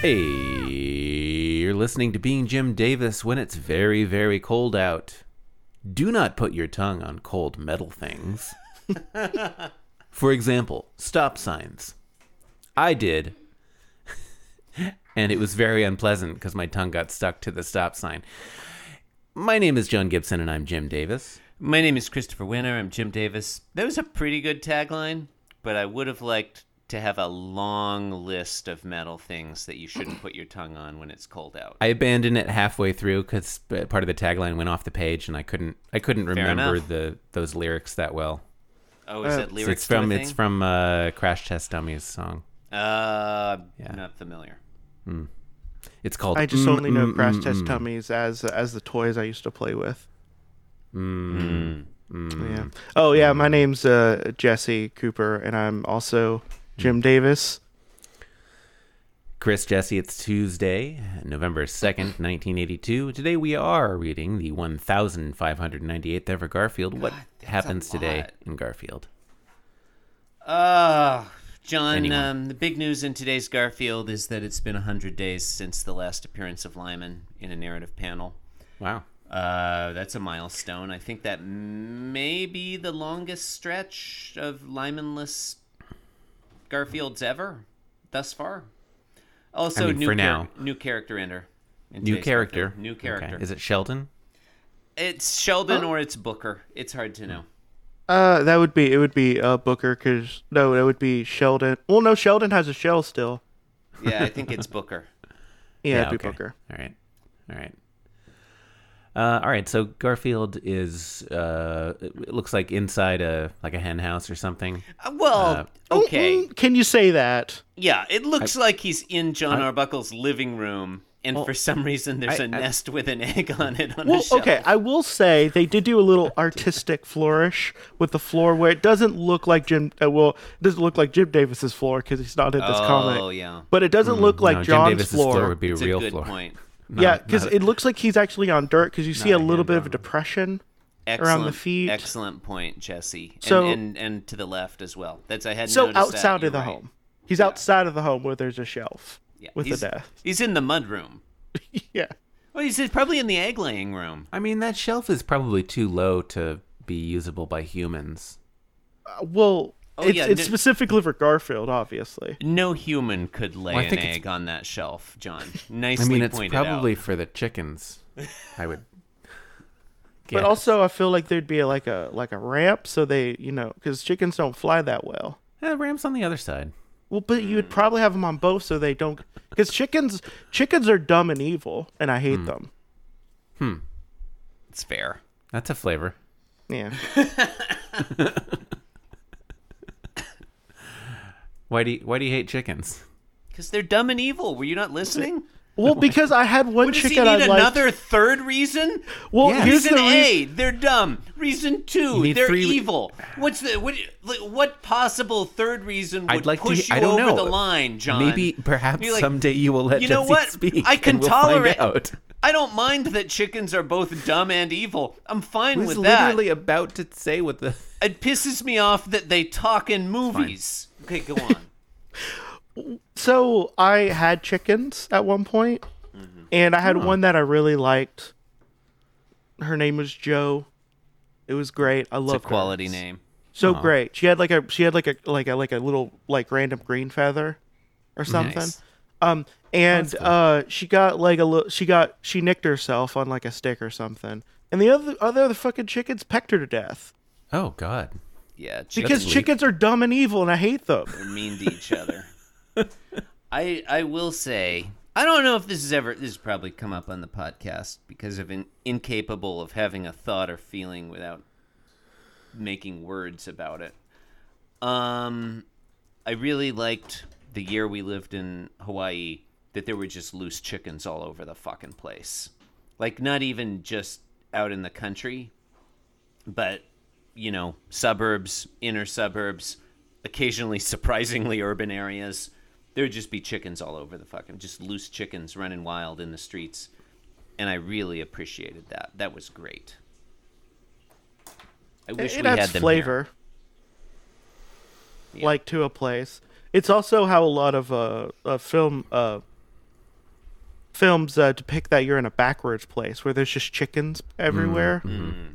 Hey, you're listening to Being Jim Davis when it's very, very cold out. Do not put your tongue on cold metal things. For example, stop signs. I did, and it was very unpleasant because my tongue got stuck to the stop sign. My name is John Gibson, and I'm Jim Davis. My name is Christopher Winter. I'm Jim Davis. That was a pretty good tagline, but I would have liked to have a long list of metal things that you shouldn't put your tongue on when it's cold out. I abandoned it halfway through because part of the tagline went off the page, and I couldn't I couldn't remember enough. the those lyrics that well. Oh, is that So lyrics Uh, it's from to a it's thing? from uh, Crash Test Dummies song. Uh, Yeah. not familiar. It's called. I just Mm, only know Mm, Crash Mm, Test Mm. Tummies as as the toys I used to play with. Mm, mm. Mm. Yeah. Oh yeah, my name's uh, Jesse Cooper, and I'm also Jim Davis. Chris Jesse, it's Tuesday, November 2nd, 1982. Today we are reading the 1598th ever Garfield. what that's happens a today lot. in Garfield? Uh, John, Anyway. um, the big news in today's Garfield is that it's been 100 days since the last appearance of Lyman in a narrative panel. Wow. Uh, that's a milestone. I think that may be the longest stretch of Lymanless Garfields ever thus far. Also, I mean, new for now. new character enter. in New today's character. Garfield. New character. Okay. Is Oh. it Sheldon? It's Sheldon or it's Booker. It's hard to know. Uh, that would be it. Would be uh Booker, cause no, that would be Sheldon. Well, no, Sheldon has a shell still. Hmm. Yeah, I think it's Booker. Yeah, it'd be okay. Booker. All right. All right. Uh, all right. So Garfield is, uh, it it looks like inside a like a hen house or something. Uh, well, Oh, okay. mm, Can you say that? Yeah, it looks like he's in John Arbuckle's living room, and for some reason there's I- a I- nest with an egg on it on Well, a shelf. okay, I will say they did do a little artistic flourish with the floor where it doesn't look like Jim. Uh, well, it doesn't look like Jim Davis's floor because he's not in this oh, comic. yeah. But it doesn't look like Mm, no, John's Jim Davis's floor. would be It's a real a good floor. point. yeah, because it looks like he's actually on dirt because you see a a little hand bit of a on. depression. Excellent, around the feet. Excellent point, Jesse. And, So- and and to the left as well. That's I hadn't So noticed that. outside You're of the right. home, he's outside of the home where there's a shelf Yeah, with the he's, death. He's in the mud room. yeah, Well, he's he's probably in the egg laying room. I mean, that shelf is probably too low to be usable by humans. Uh, well, Oh, it's, yeah, it's no- specifically for Garfield, obviously. No human could lay Well, I an think it's- egg on that shelf, John. I Nicely mean, it's pointed probably out. for the chickens. I would. But guess. also, I feel like there'd be like a like a ramp, so they you know because chickens don't fly that well. Eh, Ram's on the other side. Well, but you Mm. would probably have them on both, so they don't. Because chickens chickens are dumb and evil, and I Mm. hate them. It's fair. That's a flavor. Yeah. Why do you, Why do you hate chickens? Because they're dumb and evil. Were you not listening? Well, because I had one Does he chicken need I liked. another third reason? Well, Yes. here's Reason the reason. A, they're dumb. Reason two, need they're three re- evil. What's the what? like, What possible third reason would I'd like to. he- push you I don't over know. the line, John? Maybe, perhaps You're like, someday you will let you know Jesse what? speak. I can and we'll tolerate- Find out. I don't mind that chickens are both dumb and evil. I'm fine I was with that. literally about to say what the. It pisses me off that they talk in movies. Okay, go on. So I had chickens at one point, Mm-hmm. and I had one that I really liked. Her name was Joe. It was great. It's I a love her. quality name. So great. She had like a she had like a like a like a little like random green feather, or something. Nice. Um, and uh, she got like a little. She got she nicked herself on like a stick or something. And the other other the fucking chickens pecked her to death Oh God. Yeah, chickens because chickens are dumb and evil, and I hate them. are mean to each other. I I will say I don't know if this is ever this has probably come up on the podcast because of in, incapable of having a thought or feeling without making words about it. Um, I really liked the year we lived in Hawaii that there were just loose chickens all over the fucking place. Like not even just out in the country, but you know, suburbs, inner suburbs, occasionally surprisingly urban areas. There'd just be chickens all over the fucking, just loose chickens running wild in the streets. And I really appreciated that. That was great. I wish it we adds had them flavor Yeah. like to a place it's also how a lot of uh, uh film uh films uh, depict that you're in a backwards place where there's just chickens Mm-hmm. everywhere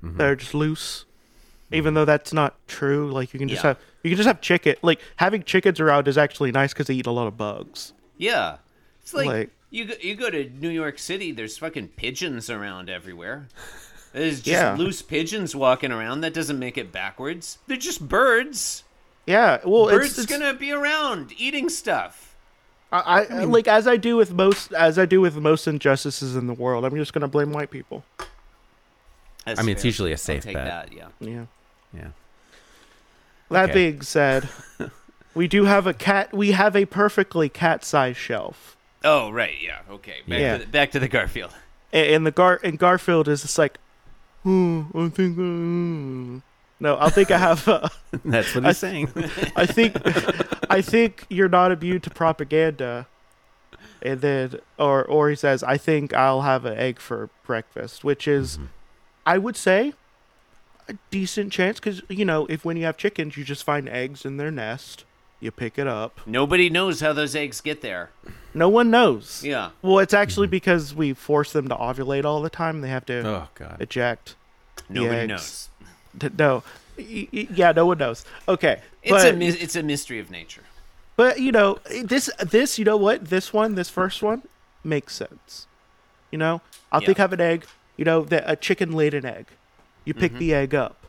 that are just loose. Even though that's not true, like you can just Yeah. have you can just have chicken. Like having chickens around is actually nice because they eat a lot of bugs. Yeah, it's like, Like- you go, you go to New York City. There's fucking pigeons around everywhere. There's just Yeah. loose pigeons walking around. That doesn't make it backwards. They're just birds. Yeah, well, Birds it's, it's gonna be around eating stuff. I, I like as I do with most as I do with most injustices in the world. I'm just gonna blame white people. That's I mean, it's fair. usually a safe Take bet. that, yeah. Yeah. Yeah. That Okay. being said, we do have a cat. We have a perfectly cat-sized shelf. Oh right, yeah, okay. Back, Yeah. To, the, back to the Garfield. A- And the Gar and Garfield is just like, "Hmm, I think. uh, no, I think I have. Uh, That's what he's saying. I think. I think you're not immune to propaganda. And then, or or he says, I think I'll have an egg for breakfast, which is, I would say, a decent chance because you know if when you have chickens, you just find eggs in their nest, you pick it up. Nobody knows how those eggs get there. No one knows. Yeah. Well, it's actually because we force them to ovulate all the time. They have to oh god. eject. Nobody eggs. knows. D- No. Y- y- Yeah, no one knows. Okay. It's a but, mys- it's a mystery of nature. but you know, this this you know what? This one, this first one makes sense. You know, I Yeah. think have an egg, you know, that a chicken laid an egg. You Mm-hmm. pick the egg up.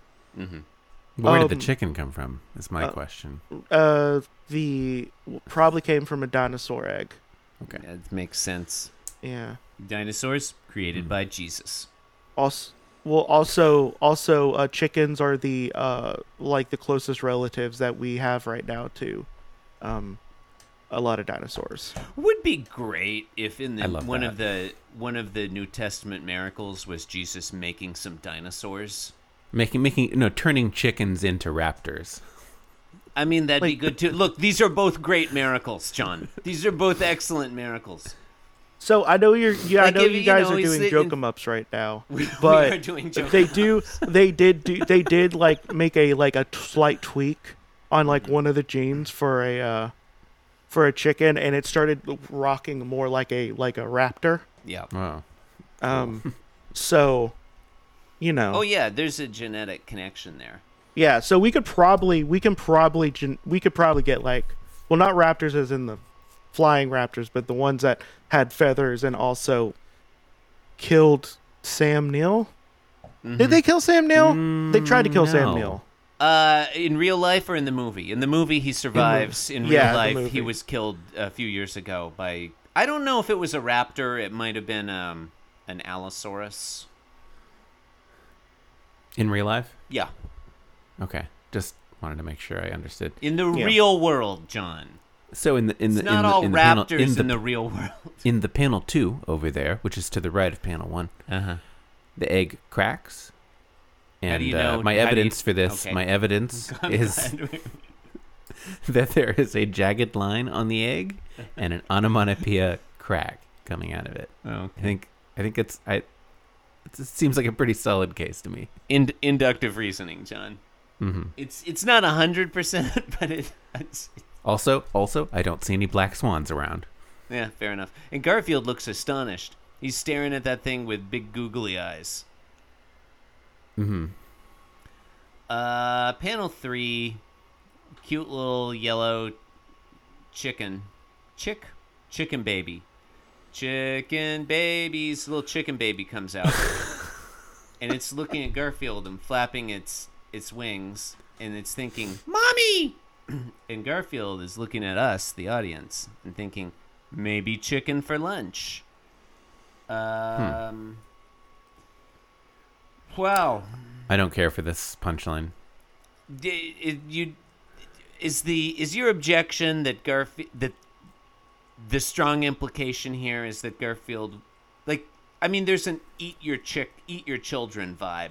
But Where did um, the chicken come from? Is my question. Uh the probably came from a dinosaur egg. Okay. That makes sense. Yeah. Dinosaurs Hmm. created by Jesus. also well also also uh, chickens are the uh like the closest relatives that we have right now to um a lot of dinosaurs Would be great if in I the love one of the one of the New Testament miracles was Jesus making some dinosaurs. Making making no turning chickens into raptors. I mean that'd be good too. Look, these are both great miracles, John. These are both excellent miracles. so i know you're yeah Like, i know if, you you guys know, are is doing it- joke 'em ups right now We, but we are doing joke. they do they did do they did like make a like a t- slight tweak on like one of the genes for a uh for a chicken and it started rocking more like a like a raptor Yeah. Wow. um so you know Oh yeah, there's a genetic connection there. Yeah, so we could probably we can probably gen- we could probably get like well not raptors as in the flying raptors, but the ones that had feathers and also killed Sam Neill. Did they kill Sam Neill? they tried to kill Sam no. Neill. Uh, in real life or in the movie? In the movie, he survives. In, yeah, the real life, movie. he was killed a few years ago by. I don't know if it was a raptor. It might have been um, an Allosaurus. In real life? Yeah, Okay. Just wanted to make sure I understood. in the Yeah. real world, John. So in the in the It's not in the, all in the raptors panel, in the, real world. in the panel two over there, which is to the right of panel one, Uh huh. the egg cracks. And do you uh, know- my how do you- evidence for this, okay. my evidence is that there is a jagged line on the egg and an onomatopoeia crack coming out of it. I okay. think I think it's I. It seems like a pretty solid case to me. In- inductive reasoning, John. Mhm. It's it's not hundred percent, but it, it's Also, also, I don't see any black swans around. yeah, fair enough. And Garfield looks astonished. He's staring at that thing with big googly eyes. Mm-hmm. Uh, panel three, cute little yellow chicken, chick, chicken baby, chicken babies. Little chicken baby comes out, and it's looking at Garfield and flapping its its wings, and it's thinking, "Mommy." and Garfield is looking at us, the audience, and thinking, "Maybe chicken for lunch." Um. Wow. I don't care for this punchline. D- i- you is the is your objection that Garfield that the strong implication here is that Garfield like I mean there's an eat your chick eat your children vibe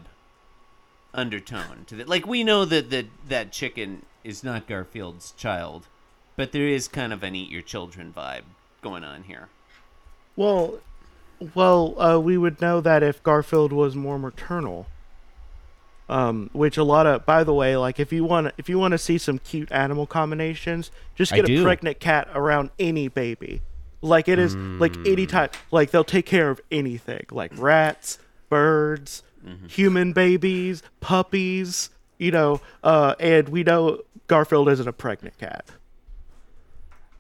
undertone to that like we know that that that chicken is not Garfield's child but there is kind of an eat your children vibe going on here Well, well, uh, we would know that if Garfield was more maternal. Um, which a lot of, by the way, like if you want, if you want to see some cute animal combinations, just I get a do. pregnant cat around any baby. Like it is like Hmm. any time like they'll take care of anything like rats, birds, Mm-hmm. human babies, puppies, you know, uh and we know Garfield isn't a pregnant cat.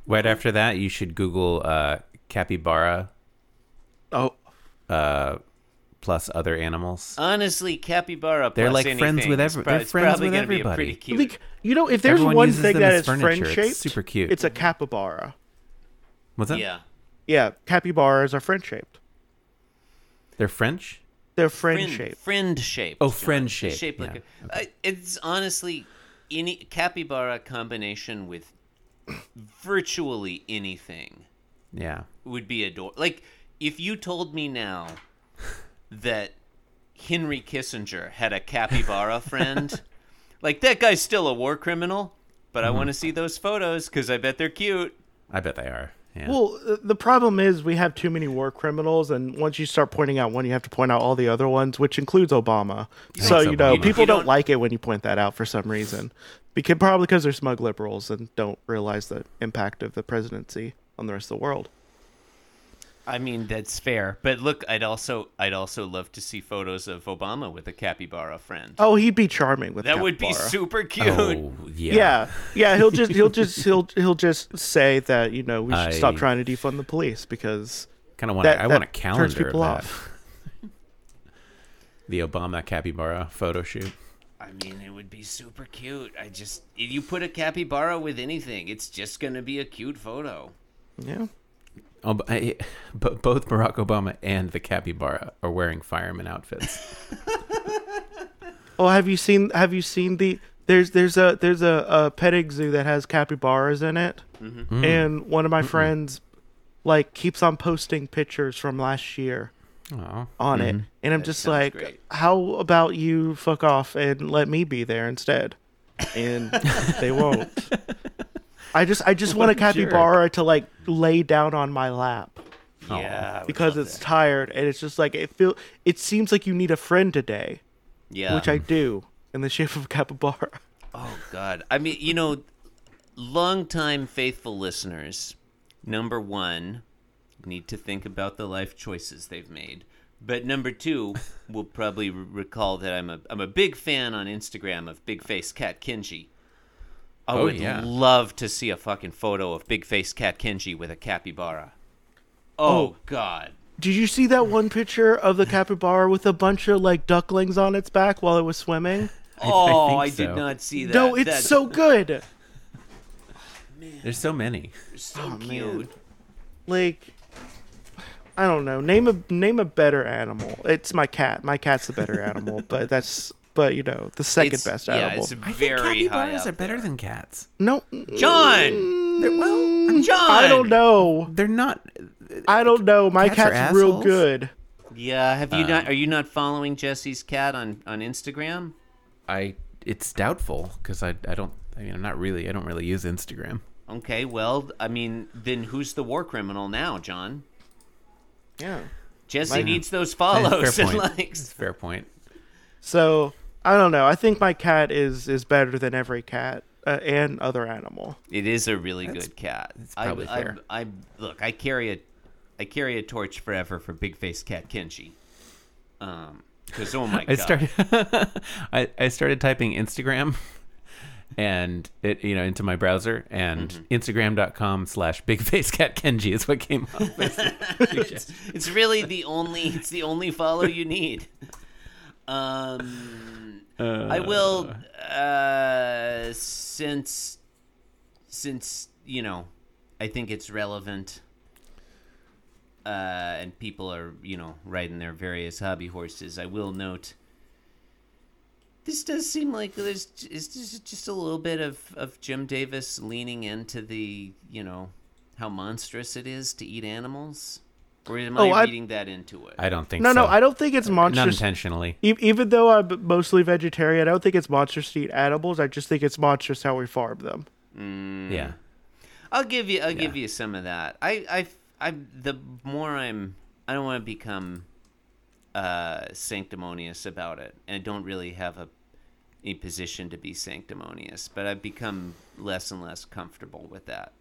Right after that, you should Google uh, capybara Oh, plus other animals. Honestly, capybara. They're plus like anything friends with is every- prob- they're it's friends probably with gonna be a everybody. pretty cute. like you know, if there's Everyone one uses thing them that as is furniture. friend It's shaped, super cute. It's a capybara. What's that? yeah, Yeah, capybaras are friend shaped. They're French. They're friend friend, shaped. friend shape. Oh, friend shape. Shape like yeah. a, I- it's honestly any capybara combination with virtually anything yeah. would be adorable. Like if you told me now that Henry Kissinger had a capybara friend, like that guy's still a war criminal, but I Mm-hmm. want to see those photos because I bet they're cute. I bet they are. Yeah. Well, uh, the problem is we have too many war criminals, and once you start pointing out one, you have to point out all the other ones, which includes Obama. So Thanks, you know, Obama. people You don't, don't- like it when you point that out for some reason, because probably because they're smug liberals and don't realize the impact of the presidency on the rest of the world. I mean that's fair, but look, I'd also I'd also love to see photos of Obama with a capybara friend. Oh, he'd be charming with that would be capybara. super cute. oh yeah. Yeah, yeah, he'll just he'll just he'll he'll just say that you know we should stop I- trying to defund the police because Kind of want. that, I that want a turns calendar of people that. off. The Obama capybara photo shoot. I mean, it would be super cute. I just if you put a capybara with anything, it's just gonna be a cute photo. Yeah, Ob- I, b- both Barack Obama and the capybara are wearing fireman outfits. Oh, have you seen? Have you seen the? There's there's a there's a, a petting zoo that has capybaras in it, and one of my friends, like, keeps on posting pictures from last year Oh, on Mm-hmm. it, and I'm just sounds like, great. how about you fuck off and let me be there instead? And they won't. I just I just want a What a jerk. capybara to like lay down on my lap Yeah, I would because love it's that. tired and it's just like it feel it seems like you need a friend today, yeah. which I do in the shape of a capybara. Oh God! I mean, you know, longtime faithful listeners, number one, need to think about the life choices they've made. But number two, will probably re- recall that I'm a I'm a big fan on Instagram of Big Face Cat Kenji. I Oh, would yeah. love to see a fucking photo of Big Face Cat Kenji with a capybara. Oh, God! Did you see that one picture of the capybara with a bunch of like ducklings on its back while it was swimming? Oh, I, think so. did not see that. no, it's That's so good. there's so many. so man. cute. Like I don't know. Name a name a better animal. It's my cat. My cat's the better animal, but that's but you know, the second It's- best yeah, animal. it's very high capybaras up are better there. than cats. No, John. They're, well, John. I don't know. they're not. I don't know. My Cats are cat's real assholes. good. Yeah, have you not? Are you not following Jesse's cat on on Instagram? I. It's doubtful because I. I don't. I mean, I'm not really. I don't really use Instagram. Okay, well, I mean, then who's the war criminal now, John? Yeah. Jesse needs those Fair follows and point. That's Oh, likes. a fair point. So, I don't know. I think my cat is is better than every cat uh, and other animal. It is a really good cat. It's probably I, fair. I, I look. I carry a, I carry a torch forever for Big Face Cat Kenshi. Um, because oh my I god, started I, I started typing Instagram and it you know into my browser and Instagram.com slash big face cat Kenji is what came up. it's, it's really the only it's the only follow you need. Um, I will uh, since since you know I think it's relevant. Uh, and people are, you know, riding their various hobby horses. I will note this does seem like there's is this just a little bit of, of Jim Davis leaning into the you know how monstrous it is to eat animals, or am I Oh, I- reading that into it? I don't think No, so. no, I don't think it's not monstrous intentionally. E- even though I'm mostly vegetarian, I don't think it's monstrous to eat animals. I just think it's monstrous how we farm them. Yeah. I'll give you I'll give you some of that. I I I the more I'm I don't want to become uh, sanctimonious about it, and I don't really have a a position to be sanctimonious, but I've become less and less comfortable with that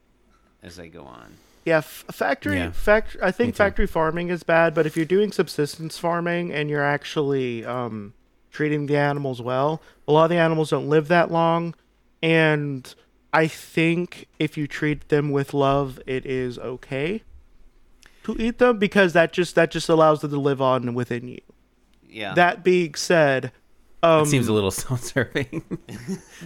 as I go on. Yeah, f- factory Yeah. fact. I Me think too. factory farming is bad, but if you're doing subsistence farming and you're actually um, treating the animals well, a lot of the animals don't live that long, and I think if you treat them with love, it is okay to eat them because that just that just allows them to live on within you. Yeah. That being said, um, it Oh. seems a little self-serving.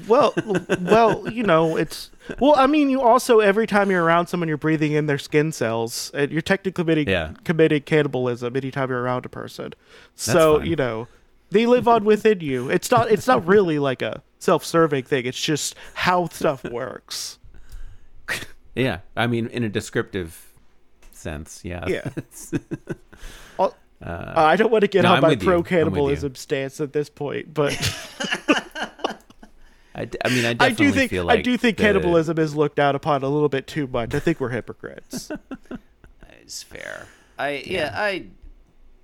well, well, you know, it's well. I mean, you also every time you're around someone, you're breathing in their skin cells. And you're technically committing, Yeah. committing cannibalism anytime you're around a person. so fine. you know, they live on within you. It's not. It's not really like a self-serving thing. It's just how stuff works. yeah, I mean, in a descriptive sense, yeah. Yeah. Al- uh, I don't want to get no, on I'm my with you. I'm pro with you. cannibalism stance at this point, but I, d- I mean, I I definitely do think feel like I do think the- cannibalism is looked down upon a little bit too much. I think we're hypocrites. is fair. I yeah, I,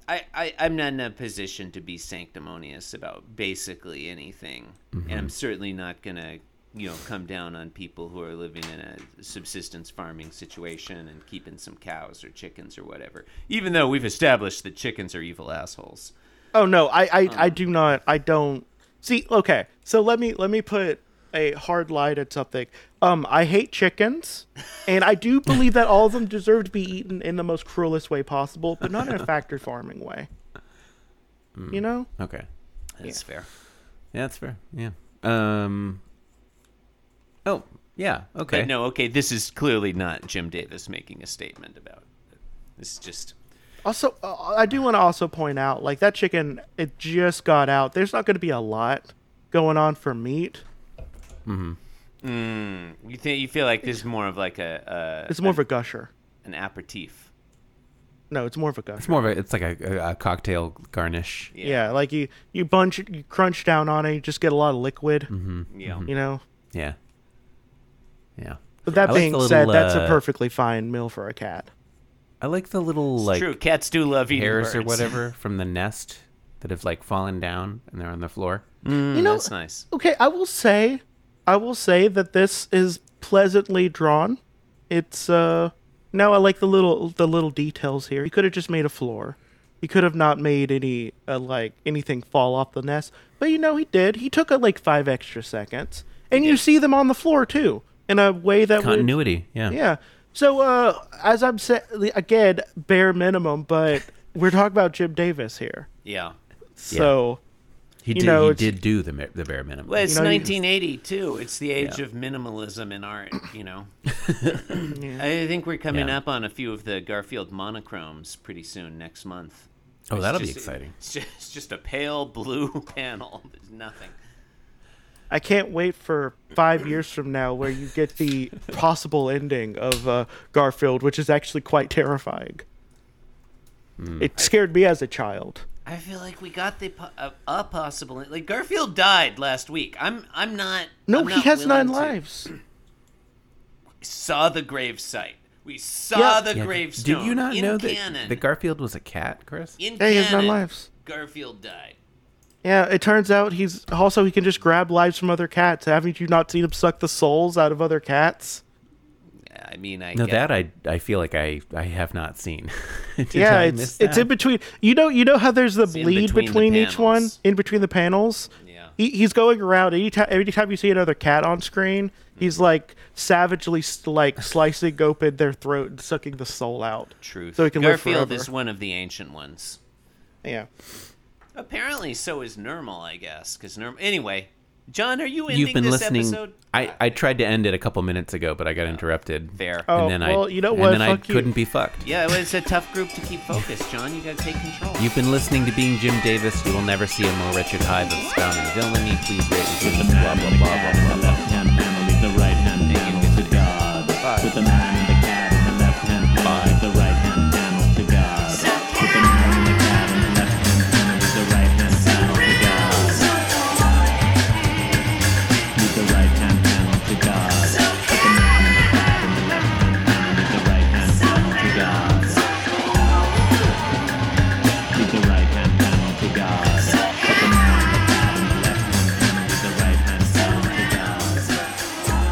I I I'm not in a position to be sanctimonious about basically anything, and I'm certainly not gonna you know come down on people who are living in a subsistence farming situation and keeping some cows or chickens or whatever. Even though we've established that chickens are evil assholes. Oh no, I I, I do not. I don't see. Okay, so let me let me put a hard line at something. Um, I hate chickens, and I do believe that all of them deserve to be eaten in the most cruelest way possible, but not in a factory farming way. You know, Okay. That's fair. Yeah, that's fair. Yeah. Um. Oh, yeah. Okay. But no, okay, this is clearly not Jim Davis making a statement about. It. This is just Also, uh, I do want to also point out, like that chicken, it just got out. There's not going to be a lot going on for meat. you think you feel like this is more of like a, It's more of a gusher. a an aperitif. No, it's more of a gusher. It's more of a. It's like a, a, a cocktail garnish. Yeah. Yeah. like you you bunch you crunch down on it, you just get a lot of liquid. Yeah. You know. Yeah. Yeah. But that I like being the little, said, that's a uh, perfectly fine meal for a cat. I like the little like True, cats do love eating hairs or birds. whatever from the nest that have like fallen down and they're on the floor. Mm-hmm. you know, That's nice. okay, I will say, I will say that this is pleasantly drawn. It's uh, no, I like the little the little details here. He could have just made a floor. He could have not made any uh, like anything fall off the nest, but you know he did. He took uh, like five extra seconds, and you see them on the floor too in a way that would- Continuity. Yeah. Yeah. So uh, as I'm saying again, bare minimum, but we're talking about Jim Davis here. Yeah. So He You did. know, he it's- did do the mi- the bare minimum. Well, it's know, you- 1980 too. It's the age of minimalism in art. You know, I think we're coming Yeah. up on a few of the Garfield monochromes pretty soon next month. oh, It's that'll be just- exciting. It's just, it's just a pale blue panel. There's nothing. I can't wait for five years from now where you get the possible ending of uh, Garfield, which is actually quite terrifying. It scared me as a child. I feel like we got the po- a, a possible like Garfield died last week. I'm I'm not. No, I'm he not has willing nine to- lives. Saw the grave site. We saw Yeah. the Yeah. gravestone. Did you not in know that canon. the Garfield was a cat, Chris? in Yeah, he has nine canon, lives. Garfield died. Yeah, it turns out he's also he can just grab lives from other cats. Haven't you not seen him suck the souls out of other cats? I mean, I No, get that I I feel like I I have not seen. Did yeah, I miss it's it's that? in between. You know, you know how there's the in bleed between between, the each one, panels. in between the panels. Yeah. He, he's going around anytime. Every time you see another cat on screen, he's Mm-hmm. like savagely s- like slicing open their throat and sucking the soul out. Truth. So he can live Garfield forever. is one of the ancient ones. Yeah. Apparently, so is Nermal, I guess. Because Nermal. Anyway, John, are you ending You've been this listening. episode? I I tried to end it a couple minutes ago, but I got interrupted. Fair. And Oh, then well, I you know and what? then I Fuck you. couldn't be fucked. Yeah, well, it's a tough group to keep focused, John. You got to take control. You've been listening to Being Jim Davis. You will never see a more wretched hive of scum and villainy. Please rate and review blah blah blah blah blah. the left hand panel, leave the right hand panel to God. With the man and the cat in the left hand panel, leave the right hand panel to God. With the man and the cat in the left hand panel, leave the right hand panel to God. Leave the right hand panel to God. With the man and the cat in the left hand panel, leave the right hand panel to God. Leave the right hand panel to God. With the man and the cat in the left hand panel, leave the right hand panel to God.